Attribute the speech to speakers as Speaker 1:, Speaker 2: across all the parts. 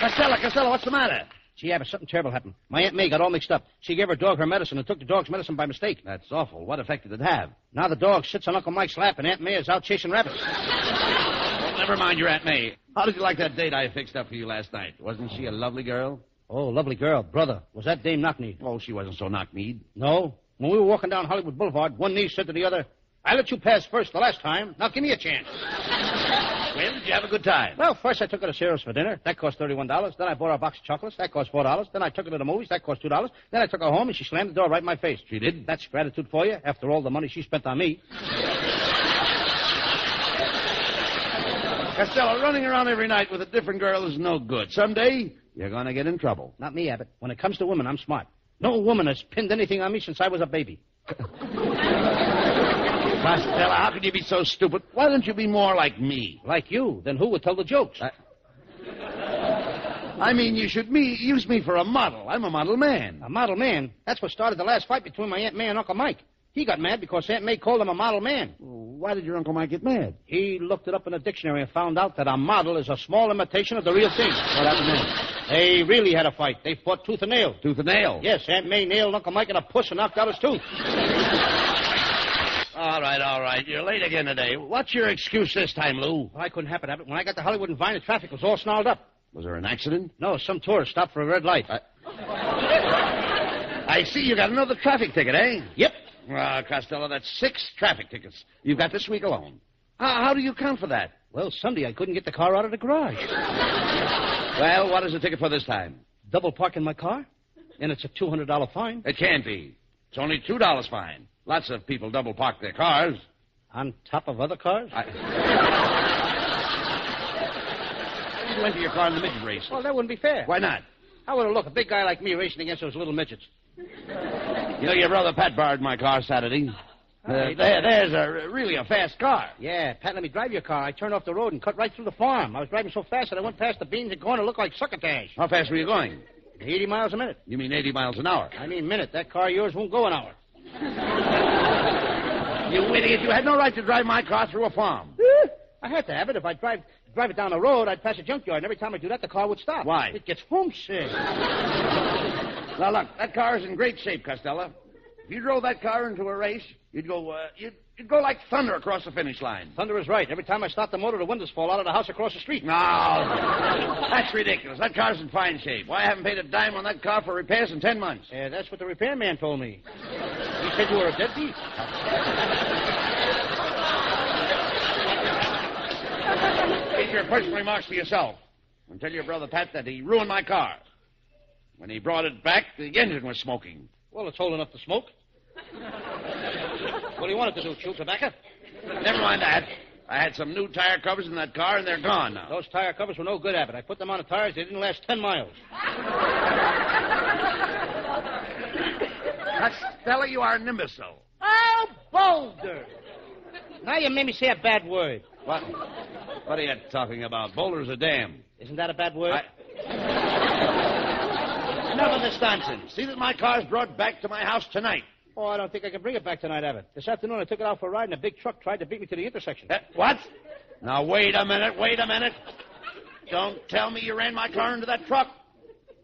Speaker 1: Costello, Costello, what's the matter? Gee, Abbott, something terrible happened. My Aunt May got all mixed up. She gave her dog her medicine and took the dog's medicine by mistake. That's awful. What effect did it have? Now the dog sits on Uncle Mike's lap, and Aunt May is out chasing rabbits.
Speaker 2: Never mind your Aunt May. How did you like that date I fixed up for you last night? Wasn't she a lovely girl?
Speaker 1: Oh, lovely girl, brother. Was that Dame Knockney?
Speaker 2: Oh, she wasn't so knock-kneed.
Speaker 1: No. When we were walking down Hollywood Boulevard, one knee said to the other, I let you pass first the last time. Now give me a chance.
Speaker 2: Well, did you have a good time?
Speaker 1: Well, first I took her to Sears for dinner. That cost thirty-one dollars. Then I bought her a box of chocolates. That cost four dollars. Then I took her to the movies. That cost two dollars. Then I took her home and she slammed the door right in my face.
Speaker 2: She did?
Speaker 1: That's gratitude for you. After all the money she spent on me.
Speaker 2: Costello, running around every night with a different girl is no good. Someday, you're going to get in trouble.
Speaker 1: Not me, Abbott. When it comes to women, I'm smart. No woman has pinned anything on me since I was a baby.
Speaker 2: Costello, how could you be so stupid? Why don't you be more like me?
Speaker 1: Like you, then who would tell the jokes?
Speaker 2: I- I mean, you should me use me for a model. I'm a model man.
Speaker 1: A model man. That's what started the last fight between my Aunt May and Uncle Mike. He got mad because Aunt May called him a model man.
Speaker 2: Why did your Uncle Mike get mad?
Speaker 1: He looked it up in a dictionary and found out that a model is a small imitation of the real thing.
Speaker 2: What happened then?
Speaker 1: They really had a fight. They fought tooth and nail.
Speaker 2: Tooth and nail.
Speaker 1: Yes, Aunt May nailed Uncle Mike in a push and knocked out his tooth.
Speaker 2: All right, all right. You're late again today. What's your excuse this time, Lou?
Speaker 1: Why couldn't happen, Abbott? When I got to Hollywood and Vine, the traffic was all snarled up.
Speaker 2: Was there an accident?
Speaker 1: No, some tourist stopped for a red light.
Speaker 2: I see you got another traffic ticket, eh?
Speaker 1: Yep.
Speaker 2: Ah, Costello, that's six traffic tickets you've got this week alone. How, how do you account for that?
Speaker 1: Well, Sunday I couldn't get the car out of the garage.
Speaker 2: Well, what is the ticket for this time?
Speaker 1: Double parking my car, and it's a $200 fine.
Speaker 2: It can't be. It's only two dollars fine. Lots of people double park their cars.
Speaker 1: On top of other cars?
Speaker 2: I... you went to your car in the midget race.
Speaker 1: Well, that wouldn't be fair.
Speaker 2: Why not?
Speaker 1: How would it look, a big guy like me racing against those little midgets?
Speaker 2: You know, your brother Pat borrowed my car Saturday. Uh, there, there's a really a fast car.
Speaker 1: Yeah, Pat let me drive your car. I turned off the road and cut right through the farm. I was driving so fast that I went past the beans and corn and looked like succotash.
Speaker 2: How fast were you going?
Speaker 1: 80 miles a minute.
Speaker 2: You mean 80 miles an hour?
Speaker 1: I mean, minute. That car of yours won't go an hour.
Speaker 2: You idiot! You had no right to drive my car through a farm.
Speaker 1: I had to have it. If I drive drive it down the road, I'd pass a junkyard, and every time I do that, the car would stop.
Speaker 2: Why?
Speaker 1: It gets homesick.
Speaker 2: Now look, that car is in great shape, Costello. If you drove that car into a race, you'd go uh, you'd, you'd go like thunder across the finish line.
Speaker 1: Thunder is right. Every time I start the motor, the windows fall out of the house across the street.
Speaker 2: No, that's ridiculous. That car's in fine shape. Why I haven't paid a dime on that car for repairs in ten months?
Speaker 1: Yeah, that's what the repairman told me. He said you were a deadbeat.
Speaker 2: Keep your personal remarks to yourself, and tell your brother Pat that he ruined my car. When he brought it back, the engine was smoking.
Speaker 1: Well, it's old enough to smoke. what do you want it to do, chew tobacco?
Speaker 2: Never mind that. I had some new tire covers in that car, and they're gone now.
Speaker 1: Those tire covers were no good, Abbott. I put them on the tires. They didn't last ten miles.
Speaker 2: Costello, you are an imbecile.
Speaker 1: Oh, Boulder! Now you made me say a bad word.
Speaker 2: What? What are you talking about? Boulders are damn.
Speaker 1: Isn't that a bad word?
Speaker 2: I... Enough of this nonsense. See that my car's brought back to my house tonight.
Speaker 1: Oh, I don't think I can bring it back tonight, Abbott. This afternoon I took it out for a ride, and a big truck tried to beat me to the intersection.
Speaker 2: Eh, what? Now wait a minute. Wait a minute. Don't tell me you ran my car into that truck.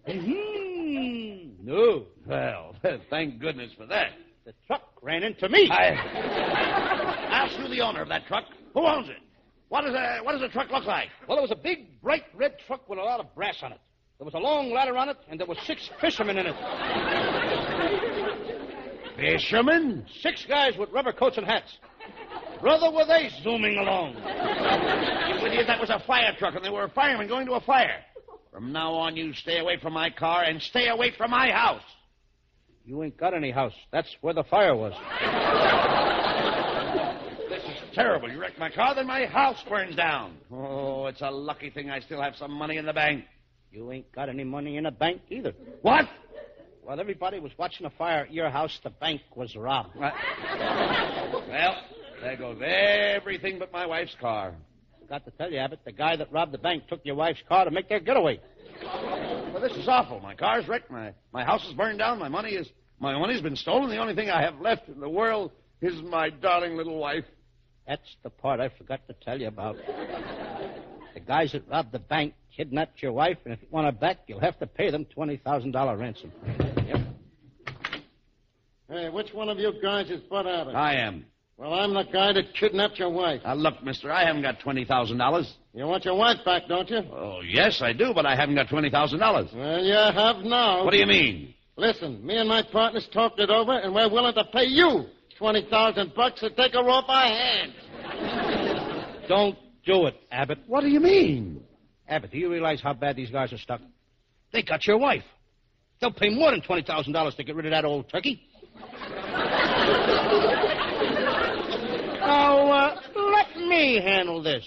Speaker 1: Mhm. no,
Speaker 2: Mm-hmm. Well, thank goodness for that.
Speaker 1: the truck ran into me.
Speaker 2: I. I'll sue the owner of that truck. Who owns it? What does a what does a truck look like?
Speaker 1: Well, it was a big, bright red truck with a lot of brass on it. There was a long ladder on it, and there were six fishermen in it.
Speaker 2: Fisherman?
Speaker 1: Six guys with rubber coats and hats. Brother, were they zooming along?
Speaker 2: You idiot, that was a fire truck, and they were firemen going to a fire. From now on, you stay away from my car and stay away from my house.
Speaker 1: You ain't got any house. That's where the fire was.
Speaker 2: This is terrible. You wrecked my car, then my house burns down. Oh, it's a lucky thing I still have some money in the bank.
Speaker 1: You ain't got any money in a bank either.
Speaker 2: What?
Speaker 1: While everybody was watching a fire at your house, the bank was robbed.
Speaker 2: What? Well, there goes everything but my wife's car.
Speaker 1: Got to tell you, Abbott, the guy that robbed the bank took your wife's car to make their getaway.
Speaker 2: Well, this is awful. My car's wrecked. My my house is burned down. My money is my money's been stolen. The only thing I have left in the world is my darling little wife.
Speaker 1: That's the part I forgot to tell you about.
Speaker 2: The guys that robbed the bank kidnapped your wife, and if you want her back, you'll have to pay them $20,000 ransom.
Speaker 3: Yep.
Speaker 4: Hey, which one of you guys is Bud Abbott?
Speaker 3: I am.
Speaker 4: Well, I'm the guy that kidnapped your wife.
Speaker 3: Now, look, mister, I haven't got $20,000.
Speaker 4: You want your wife back, don't you?
Speaker 3: Oh, yes, I do, but I haven't got $20,000.
Speaker 4: Well, you have now.
Speaker 3: What do you mean?
Speaker 4: Listen, me and my partners talked it over, and we're willing to pay you 20000 bucks to take her off our hands.
Speaker 2: Don't do it, Abbott.
Speaker 3: What do you mean?
Speaker 2: Abbott, do you realize how bad these guys are stuck? They got your wife. They'll pay more than $20,000 to get rid of that old turkey. now, uh, let me handle this.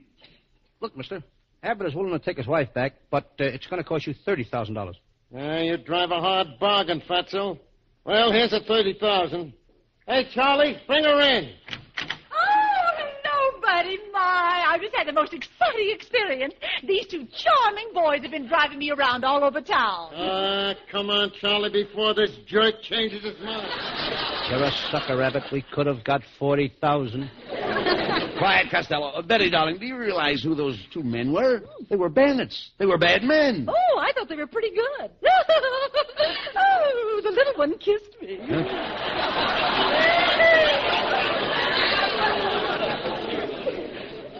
Speaker 2: Look, mister, Abbott is willing to take his wife back, but uh, it's going to cost you $30,000.
Speaker 4: Yeah, you drive a hard bargain, Fatso. Well, here's a 30000 Hey, Charlie, bring her in.
Speaker 5: Oh, nobody, my. I've just had the most exciting experience. These two charming boys have been driving me around all over town.
Speaker 4: Ah, come on, Charlie, before this jerk changes his mind.
Speaker 2: You're a sucker, Abbott. We could have got 40000
Speaker 3: Quiet, Costello.
Speaker 2: Oh,
Speaker 3: Uh, Betty, darling, do you realize who those two men were? They were bandits. They were bad men.
Speaker 5: Oh, I thought they were pretty good. oh, the little one kissed me.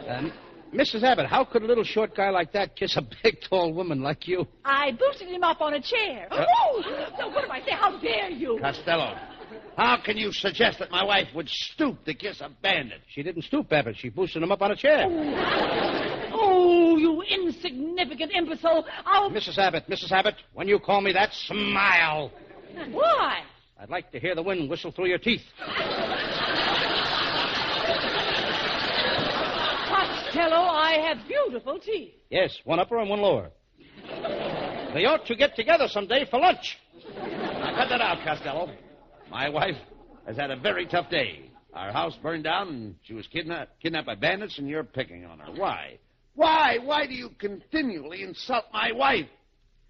Speaker 2: Um, Mrs. Abbott, how could a little short guy like that kiss a big, tall woman like you?
Speaker 5: I boosted him up on a chair. Oh, no, what do I say? How dare you?
Speaker 3: Costello, how can you suggest that my wife would stoop to kiss a bandit?
Speaker 2: She didn't stoop, Abbott. She boosted him up on a chair.
Speaker 5: Oh, you insignificant imbecile. I'll...
Speaker 2: Mrs. Abbott, Mrs. Abbott, when you call me that, smile.
Speaker 5: Why?
Speaker 2: I'd like to hear the wind whistle through your teeth.
Speaker 5: Costello, I have beautiful teeth.
Speaker 2: Yes, one upper and one lower. They ought to get together someday for lunch.
Speaker 3: Now, cut that out, Costello. My wife has had a very tough day. Our house burned down, and she was kidnapped, kidnapped by bandits, and you're picking on her. Why? Why? Why do you continually insult my wife?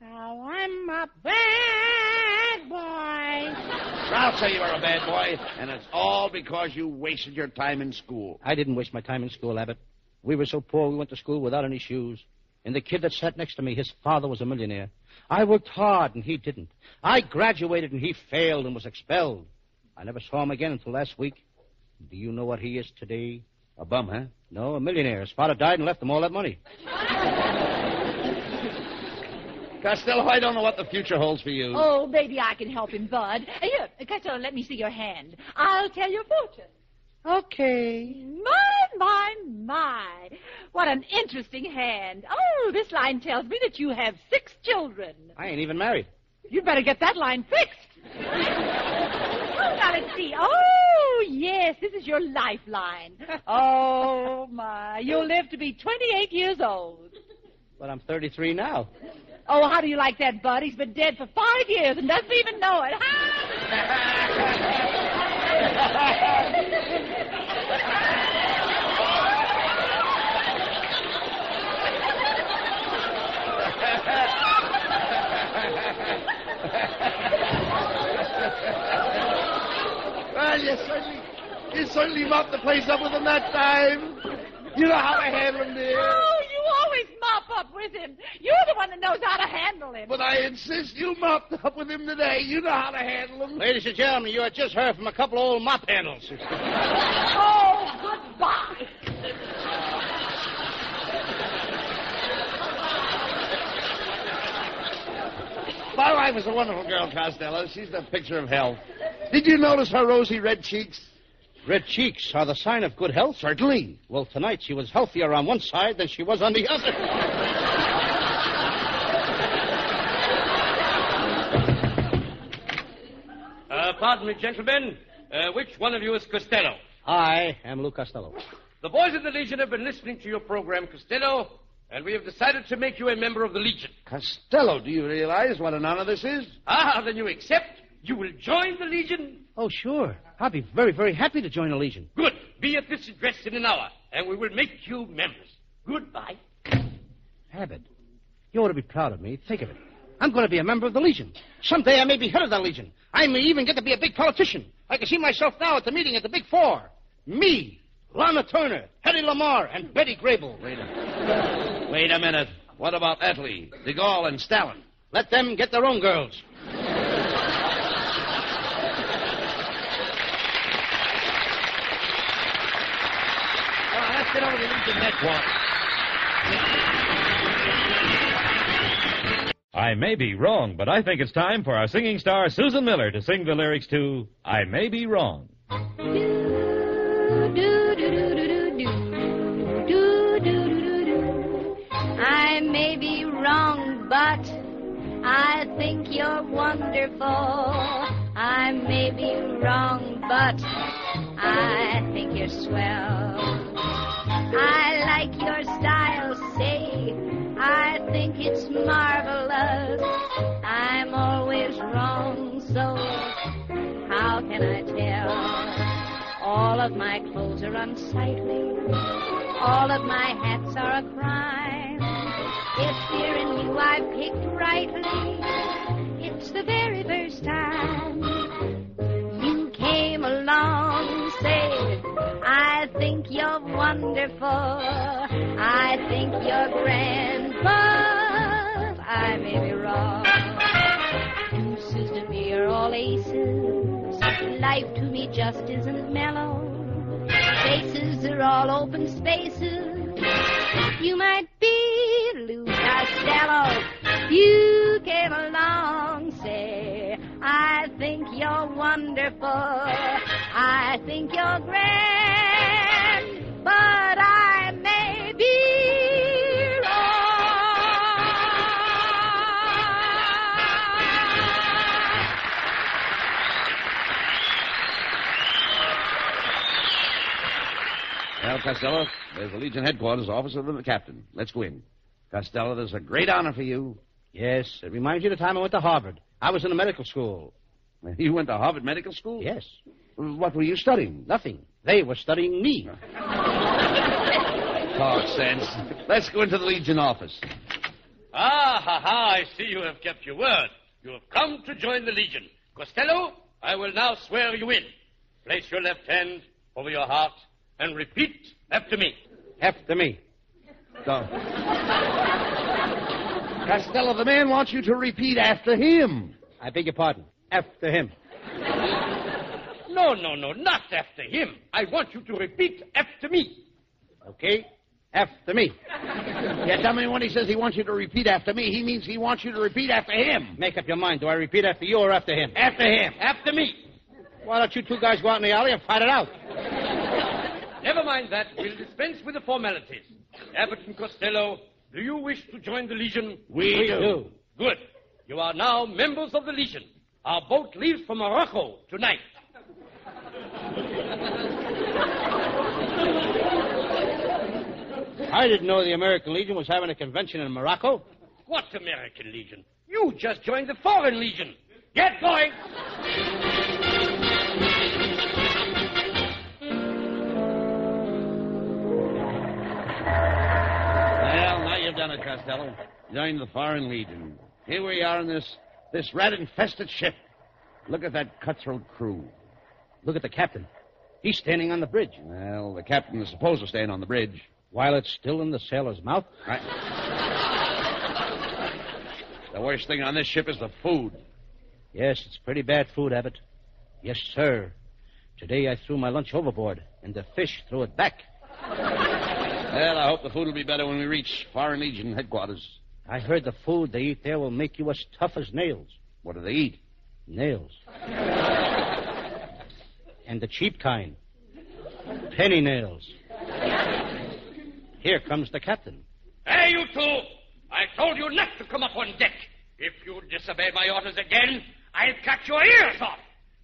Speaker 5: Now I'm a bad boy.
Speaker 3: I'll say you are a bad boy, and it's all because you wasted your time in school.
Speaker 2: I didn't waste my time in school, Abbott. We were so poor we went to school without any shoes. And the kid that sat next to me, his father was a millionaire. I worked hard and he didn't. I graduated and he failed and was expelled. I never saw him again until last week. Do you know what he is today?
Speaker 3: A bum, huh?
Speaker 2: No, a millionaire. His father died and left him all that money.
Speaker 3: Costello, I don't know what the future holds for you.
Speaker 5: Oh, maybe I can help him, Bud. Uh, Here, Costello, let me see your hand. I'll tell your fortune. Okay. My, my, my. What an interesting hand. Oh, this line tells me that you have six children.
Speaker 2: I ain't even married.
Speaker 5: You'd better get that line fixed. Oh, now let's see. Oh, yes, this is your lifeline. Oh, my. You'll live to be 28 years old.
Speaker 2: But I'm 33 now.
Speaker 5: Oh, how do you like that, Bud? He's been dead for five years and doesn't even know it.
Speaker 3: Well, you certainly, you certainly mopped the place up with him that time. You know how to handle him, dear.
Speaker 5: Oh, you always mop up with him. You're the one that knows how to handle him.
Speaker 3: But I insist you mopped up with him today. You know how to handle him.
Speaker 2: Ladies and gentlemen, you had just heard from a couple of old mop handles.
Speaker 5: Oh, goodbye.
Speaker 3: My wife is a wonderful girl, Costello. She's the picture of health. Did you notice her rosy red cheeks?
Speaker 2: Red cheeks are the sign of good health.
Speaker 3: Certainly.
Speaker 2: Well, tonight she was healthier on one side than she was on the other.
Speaker 1: Uh, pardon me, gentlemen. Uh, which one of you is Costello?
Speaker 2: I am Lou Costello.
Speaker 1: The boys of the Legion have been listening to your program, Costello, and we have decided to make you a member of the Legion.
Speaker 3: Costello, do you realize what an honor this is?
Speaker 1: Ah, then you accept? You will join the Legion?
Speaker 2: Oh, sure. I'll be very, very happy to join a legion.
Speaker 1: Good. Be at this address in an hour, and we will make you members. Goodbye.
Speaker 2: Abbott, you ought to be proud of me. Think of it. I'm going to be a member of the Legion. Someday I may be head of the Legion. I may even get to be a big politician. I can see myself now at the meeting at the Big Four. Me, Lana Turner, Hetty Lamar, and Betty Grable.
Speaker 3: Wait a, wait a minute. What about Etley, De Gaulle, and Stalin?
Speaker 2: Let them get their own girls.
Speaker 3: All right, let's get over to Legion Headquarters.
Speaker 6: I may be wrong, but I think it's time for our singing star, Susan Miller, to sing the lyrics to I May Be Wrong.
Speaker 7: I may be wrong, but I think you're wonderful. I may be wrong, but I think you're swell. I like your style, say. I think it's marvelous. I'm always wrong, so how can I tell? All of my clothes are unsightly. All of my hats are a crime. If here in you I picked rightly, it's the very first time you came along, say, I think you're wonderful. I think you're grand, but I may be wrong. Deuces to me are all aces. Life to me just isn't mellow. Faces are all open spaces. You might be Lou Costello. You came along, say, I think you're wonderful. I think you're grand, but I may be wrong.
Speaker 3: Well, Costello, there's the Legion Headquarters office of the captain. Let's go in. Costello, there's a great honor for you.
Speaker 2: Yes, it reminds you of the time I went to Harvard. I was in a medical school.
Speaker 3: You went to Harvard Medical School?
Speaker 2: Yes,
Speaker 3: What were you studying?
Speaker 2: nothing. They were studying me.
Speaker 3: Talk sense. Let's go into the Legion office.
Speaker 1: Ah, ha, ha, I see you have kept your word. You have come to join the Legion. Costello, I will now swear you in. Place your left hand over your heart and repeat after me.
Speaker 2: After me.
Speaker 3: Go. Costello, the man wants you to repeat after him.
Speaker 2: I beg your pardon. After him.
Speaker 1: No, no, no, not after him. I want you to repeat after me.
Speaker 2: Okay? After me.
Speaker 3: Yeah, tell me when he says he wants you to repeat after me, he means he wants you to repeat after him.
Speaker 2: Make up your mind. Do I repeat after you or after him?
Speaker 3: After him.
Speaker 1: After me.
Speaker 2: Why don't you two guys go out in the alley and fight it out?
Speaker 1: Never mind that. We'll dispense with the formalities. Abbott and Costello, do you wish to join the Legion?
Speaker 3: We do.
Speaker 1: Good. You are now members of the Legion. Our boat leaves for Morocco tonight.
Speaker 2: I didn't know the American Legion was having a convention in Morocco.
Speaker 1: What American Legion? You just joined the Foreign Legion. Get going.
Speaker 3: Well, now you've done it, Costello. Join the Foreign Legion. Here we are in this this rat-infested ship. Look at that cutthroat crew.
Speaker 2: Look at the captain. He's standing on the bridge.
Speaker 3: Well, the captain is supposed to stand on the bridge.
Speaker 2: While it's still in the sailor's mouth,
Speaker 3: The worst thing on this ship is the food.
Speaker 2: Yes, it's pretty bad food, Abbott. Yes, sir. Today I threw my lunch overboard, and the fish threw it back.
Speaker 3: Well, I hope the food will be better when we reach Foreign Legion headquarters.
Speaker 2: I heard the food they eat there will make you as tough as nails.
Speaker 3: What do they eat?
Speaker 2: Nails. and the cheap kind. Penny nails. Here comes the captain.
Speaker 1: Hey, you two! I told you not to come up on deck. If you disobey my orders again, I'll cut your ears off.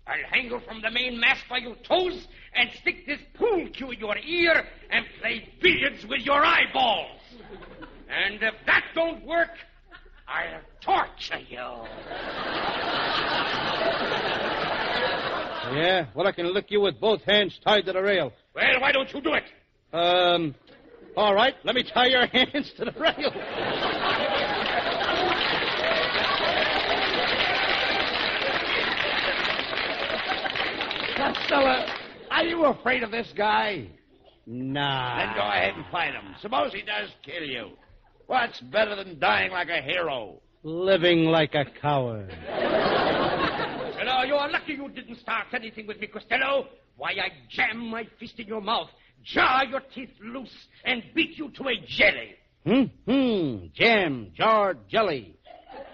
Speaker 1: I'll hang you from the main mast by your toes and stick this pool cue in your ear and play billiards with your eyeballs. And if that don't work, I'll torture you.
Speaker 2: Oh, Yeah, well, I can lick you with both hands tied to the rail.
Speaker 1: Well, why don't you do it?
Speaker 2: Um, all right, let me tie your hands to the rail.
Speaker 3: Costello, are you afraid of this guy?
Speaker 2: Nah.
Speaker 3: Then go ahead and fight him. Suppose he does kill you. What's better than dying like a hero?
Speaker 2: Living like a coward.
Speaker 1: Costello, you're lucky you didn't start anything with me, Costello. Why, I jam my fist in your mouth, jar your teeth loose, and beat you to a jelly.
Speaker 2: Hmm? Hmm. Jam, jarred jelly.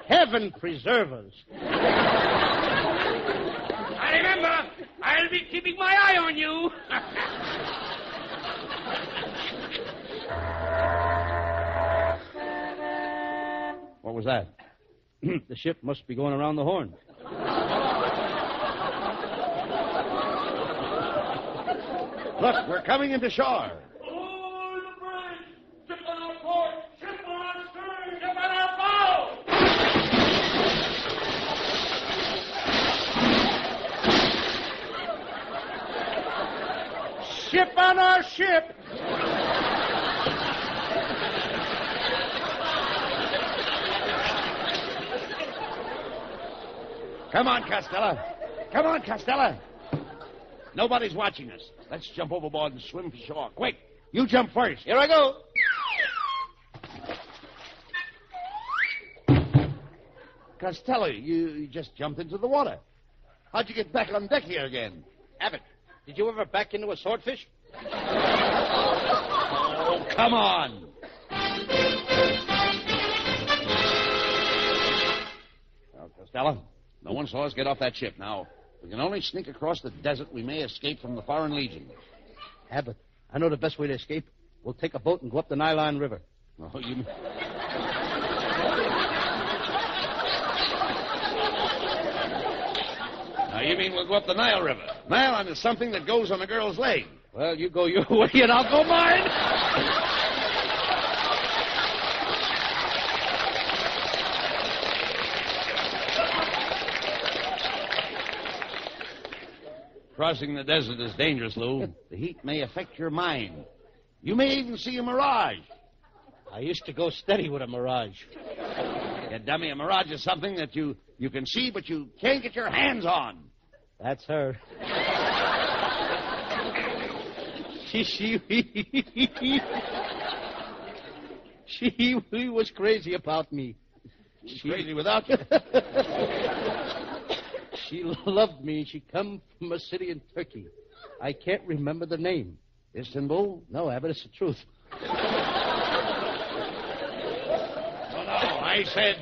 Speaker 2: Heaven preserve us.
Speaker 1: I remember, I'll be keeping my eye on you.
Speaker 2: What was that? the ship must be going around the horn.
Speaker 3: Look, we're coming into shore.
Speaker 2: Ship on our ship.
Speaker 3: Come on, Costella. Come on, Costella. Nobody's watching us. Let's jump overboard and swim for shore. Quick, you jump first. Here I go. Costello, you you just jumped into the water. How'd you get back on deck here again?
Speaker 2: Abbott, did you ever back into a swordfish?
Speaker 3: Oh, come on. Well, Costello, no one saw us get off that ship. Now, we can only sneak across the desert. We may escape from the Foreign Legion.
Speaker 2: Abbott, I know the best way to escape. We'll take a boat and go up the Nylon River.
Speaker 3: Oh, you... now, you mean we'll go up the Nile River? Nylon is something that goes on a girl's leg.
Speaker 2: Well, you go your way and I'll go mine.
Speaker 3: Crossing the desert is dangerous, Lou. The heat may affect your mind. You may even see a mirage.
Speaker 2: I used to go steady with a mirage.
Speaker 3: You dummy, a mirage is something that you, you can see but you can't get your hands on.
Speaker 2: That's her. she she she was crazy about me.
Speaker 3: She's crazy without you.
Speaker 2: She loved me. She come from a city in Turkey. I can't remember the name.
Speaker 3: Istanbul?
Speaker 2: No, Abbott, it's the truth.
Speaker 3: Oh, no, I said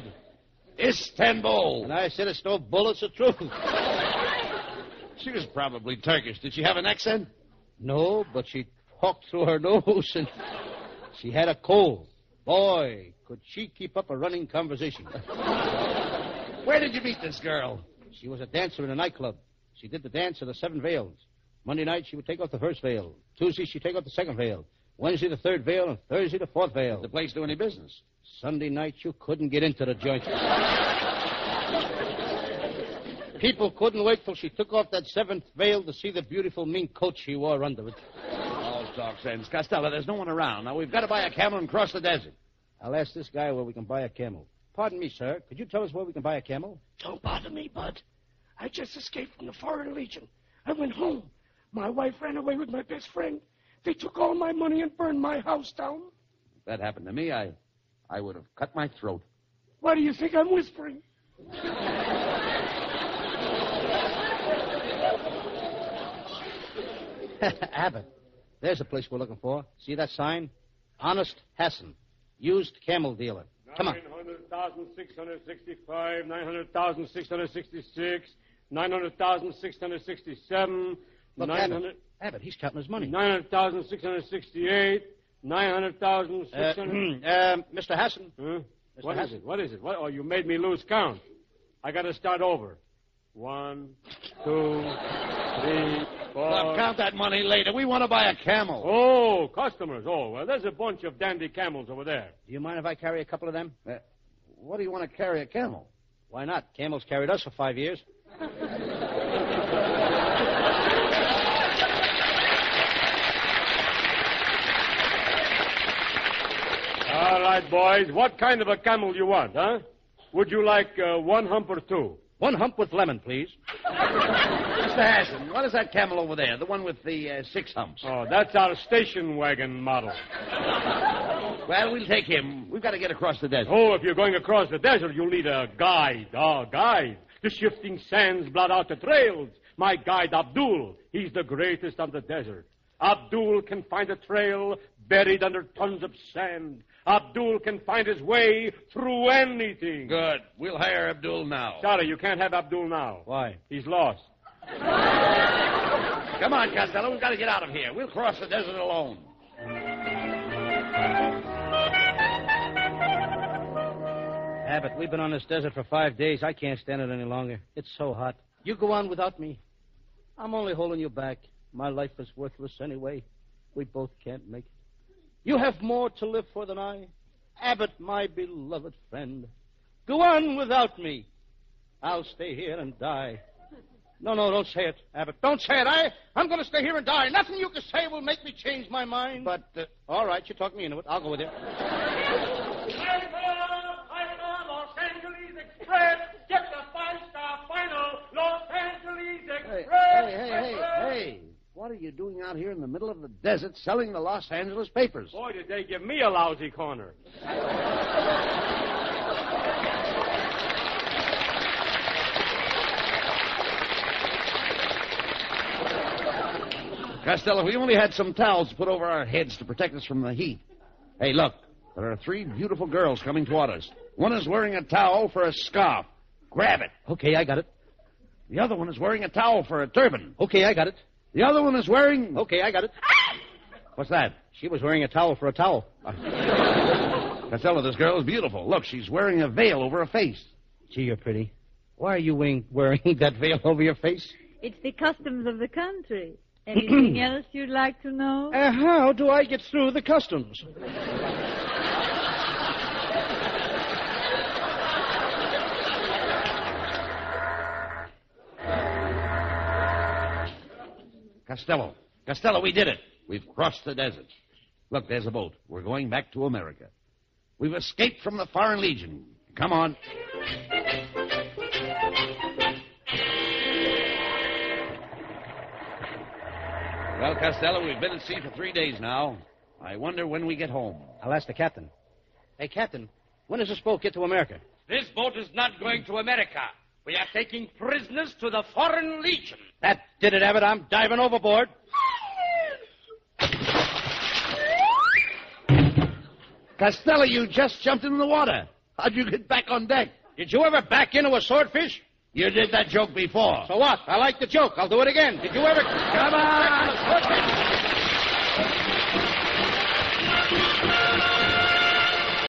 Speaker 3: Istanbul.
Speaker 2: And I said it's no bull, it's the truth.
Speaker 3: She was probably Turkish. Did she have an accent?
Speaker 2: No, but she talked through her nose and she had a cold. Boy, could she keep up a running conversation.
Speaker 3: Where did you meet this girl?
Speaker 2: She was a dancer in a nightclub. She did the dance of the seven veils. Monday night she would take off the first veil. Tuesday she'd take off the second veil. Wednesday the third veil, and Thursday the fourth veil.
Speaker 3: The place do any business?
Speaker 2: Sunday night you couldn't get into the joint. People couldn't wait till she took off that seventh veil to see the beautiful mink coat she wore under it.
Speaker 3: All talk sense. Costello, there's no one around. Now, we've got to buy a camel and cross the desert.
Speaker 2: I'll ask this guy where we can buy a camel. Pardon me, sir. Could you tell us where we can buy a camel?
Speaker 8: Don't bother me, Bud. I just escaped from the Foreign Legion. I went home. My wife ran away with my best friend. They took all my money and burned my house down.
Speaker 3: If that happened to me, I, I would have cut my throat.
Speaker 8: Why do you think I'm whispering?
Speaker 2: Abbott, there's the place we're looking for. See that sign? Honest Hassan, used camel dealer. Come on.
Speaker 9: 900,665, 900,666, 900,667,
Speaker 2: Look,
Speaker 9: 900
Speaker 2: Abbott. Abbott, he's counting his money.
Speaker 9: 900,668, 900,600.
Speaker 2: Uh, uh, Mr. Hassan,
Speaker 9: Huh?
Speaker 2: Mr.
Speaker 9: What is
Speaker 2: Hassan.
Speaker 9: it? What is it? What? Oh, you made me lose count. I got to start over. One, two, three,
Speaker 2: Uh,
Speaker 3: Well,
Speaker 9: four.
Speaker 3: count that money later. We want to buy a camel.
Speaker 9: Oh, customers. Oh, well, there's a bunch of dandy camels over there.
Speaker 2: do you mind if I carry a couple of them?
Speaker 3: Uh, what do you want to carry a camel?
Speaker 2: Why not? Camels carried us for five years.
Speaker 9: All right, boys. What kind of a camel you want, huh? Would you like uh, one hump or two?
Speaker 2: One hump with lemon, please.
Speaker 3: Mr. Hassan, what is that camel over there? The one with the uh, six humps.
Speaker 9: Oh, that's our station wagon model.
Speaker 3: Well, we'll take him. We've got to get across the desert.
Speaker 9: Oh, if you're going across the desert, you'll need a guide. A guide. The shifting sands blot out the trails. My guide, Abdul, he's the greatest on the desert. Abdul can find a trail buried under tons of sand. Abdul can find his way through anything.
Speaker 3: Good. We'll hire Abdul now.
Speaker 9: Sorry, you can't have Abdul now.
Speaker 2: Why?
Speaker 9: He's lost.
Speaker 3: Come on, Costello. We've got to get out of here. We'll cross the desert alone.
Speaker 2: Abbott, we've been on this desert for five days. I can't stand it any longer. It's so hot. You go on without me. I'm only holding you back. My life is worthless anyway. We both can't make it. You have more to live for than I. Abbott, my beloved friend. Go on without me. I'll stay here and die. No, no, don't say it, Abbott. Don't say it. I, I'm going to stay here and die. Nothing you can say will make me change my mind. But, uh, all right, you talk me into it. I'll go with you.
Speaker 1: Los Angeles Express, get the five-star final Los Angeles
Speaker 3: Hey,
Speaker 1: Express.
Speaker 3: hey, hey, hey, hey. What are you doing out here in the middle of the desert selling the Los Angeles papers?
Speaker 9: Boy, did they give me a lousy corner.
Speaker 3: Costello, we only had some towels to put over our heads to protect us from the heat. Hey, look. There are three beautiful girls coming toward us. One is wearing a towel for a scarf. Grab it.
Speaker 2: Okay, I got it.
Speaker 3: The other one is wearing a towel for a turban.
Speaker 2: Okay, I got it.
Speaker 3: The other one is wearing.
Speaker 2: Okay, I got it.
Speaker 3: Oh, What's that?
Speaker 2: She was wearing a towel for a towel.
Speaker 3: Costello, this girl is beautiful. Look, she's wearing a veil over her face.
Speaker 2: Gee, you're pretty. Why are you wearing, wearing that veil over your face?
Speaker 10: It's the customs of the country. Anything else you'd like to know?
Speaker 2: Uh, how do I get through the customs?
Speaker 3: Costello. Costello, we did it. We've crossed the desert. Look, there's a boat. We're going back to America. We've escaped from the Foreign Legion. Come on. Well, Costello, we've been at sea for three days now. I wonder when we get home.
Speaker 2: I'll ask the captain. Hey, captain, when does this boat get to America?
Speaker 1: This boat is not going to America. We are taking prisoners to the Foreign Legion.
Speaker 2: That did it, Abbott. I'm diving overboard.
Speaker 3: Costello, you just jumped in the water. How'd you get back on deck?
Speaker 2: Did you ever back into a swordfish?
Speaker 3: You did that joke before.
Speaker 2: So what? I like the joke. I'll do it again. Did you ever?
Speaker 3: Come on!